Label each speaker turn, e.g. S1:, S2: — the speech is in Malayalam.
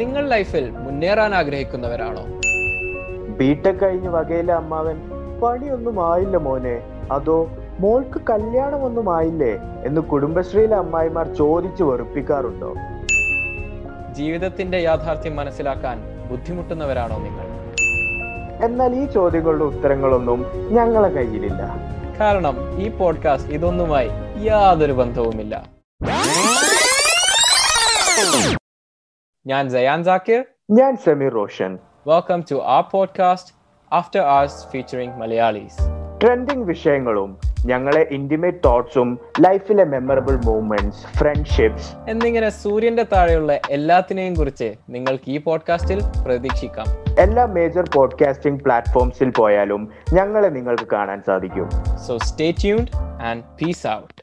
S1: നിങ്ങൾ ലൈഫിൽ മുന്നേറാൻ ആഗ്രഹിക്കുന്നവരാണോ
S2: ബിടെക് കഴിഞ്ഞ് വകയിലെ അമ്മാവൻ പണിയൊന്നും ആയില്ല മോനെ അതോ മോൾക്ക് കല്യാണമൊന്നും ആയില്ലേ എന്ന് കുടുംബശ്രീയിലെ അമ്മായിമാർ ചോദിച്ചു വെറുപ്പിക്കാറുണ്ടോ
S1: ജീവിതത്തിന്റെ യാഥാർത്ഥ്യം മനസ്സിലാക്കാൻ ബുദ്ധിമുട്ടുന്നവരാണോ നിങ്ങൾ
S2: എന്നാൽ ഈ ചോദ്യങ്ങളുടെ ഉത്തരങ്ങളൊന്നും ഞങ്ങളെ കയ്യിലില്ല
S1: കാരണം ഈ പോഡ്കാസ്റ്റ് ഇതൊന്നുമായി യാതൊരു ബന്ധവുമില്ല ഞാൻ ജയാൻ ജാക്കിർ
S2: ഞാൻ സമീർ റോഷൻ
S1: വെൽക്കം ടു ആ podcast after hours featuring Malayalis
S2: trending വിഷയങ്ങളും ഞങ്ങളെ ഇന്റിമേറ്റ് തോട്ട്സും ലൈഫിലെ മെമ്മറബിൾ മൂമെന്റ്സ് ഫ്രണ്ട്ഷിപ്സ്
S1: എന്നിങ്ങനെ സൂര്യന്റെ താഴെയുള്ള എല്ലാത്തിനെയും കുറിച്ച് നിങ്ങൾക്ക് ഈ പോഡ്കാസ്റ്റിൽ പ്രതീക്ഷിക്കാം
S2: എല്ലാ മേജർ പോഡ്കാസ്റ്റിംഗ് പ്ലാറ്റ്ഫോംസിൽ പോയാലും ഞങ്ങളെ നിങ്ങൾക്ക് കാണാൻ സാധിക്കും
S1: so stay tuned and peace out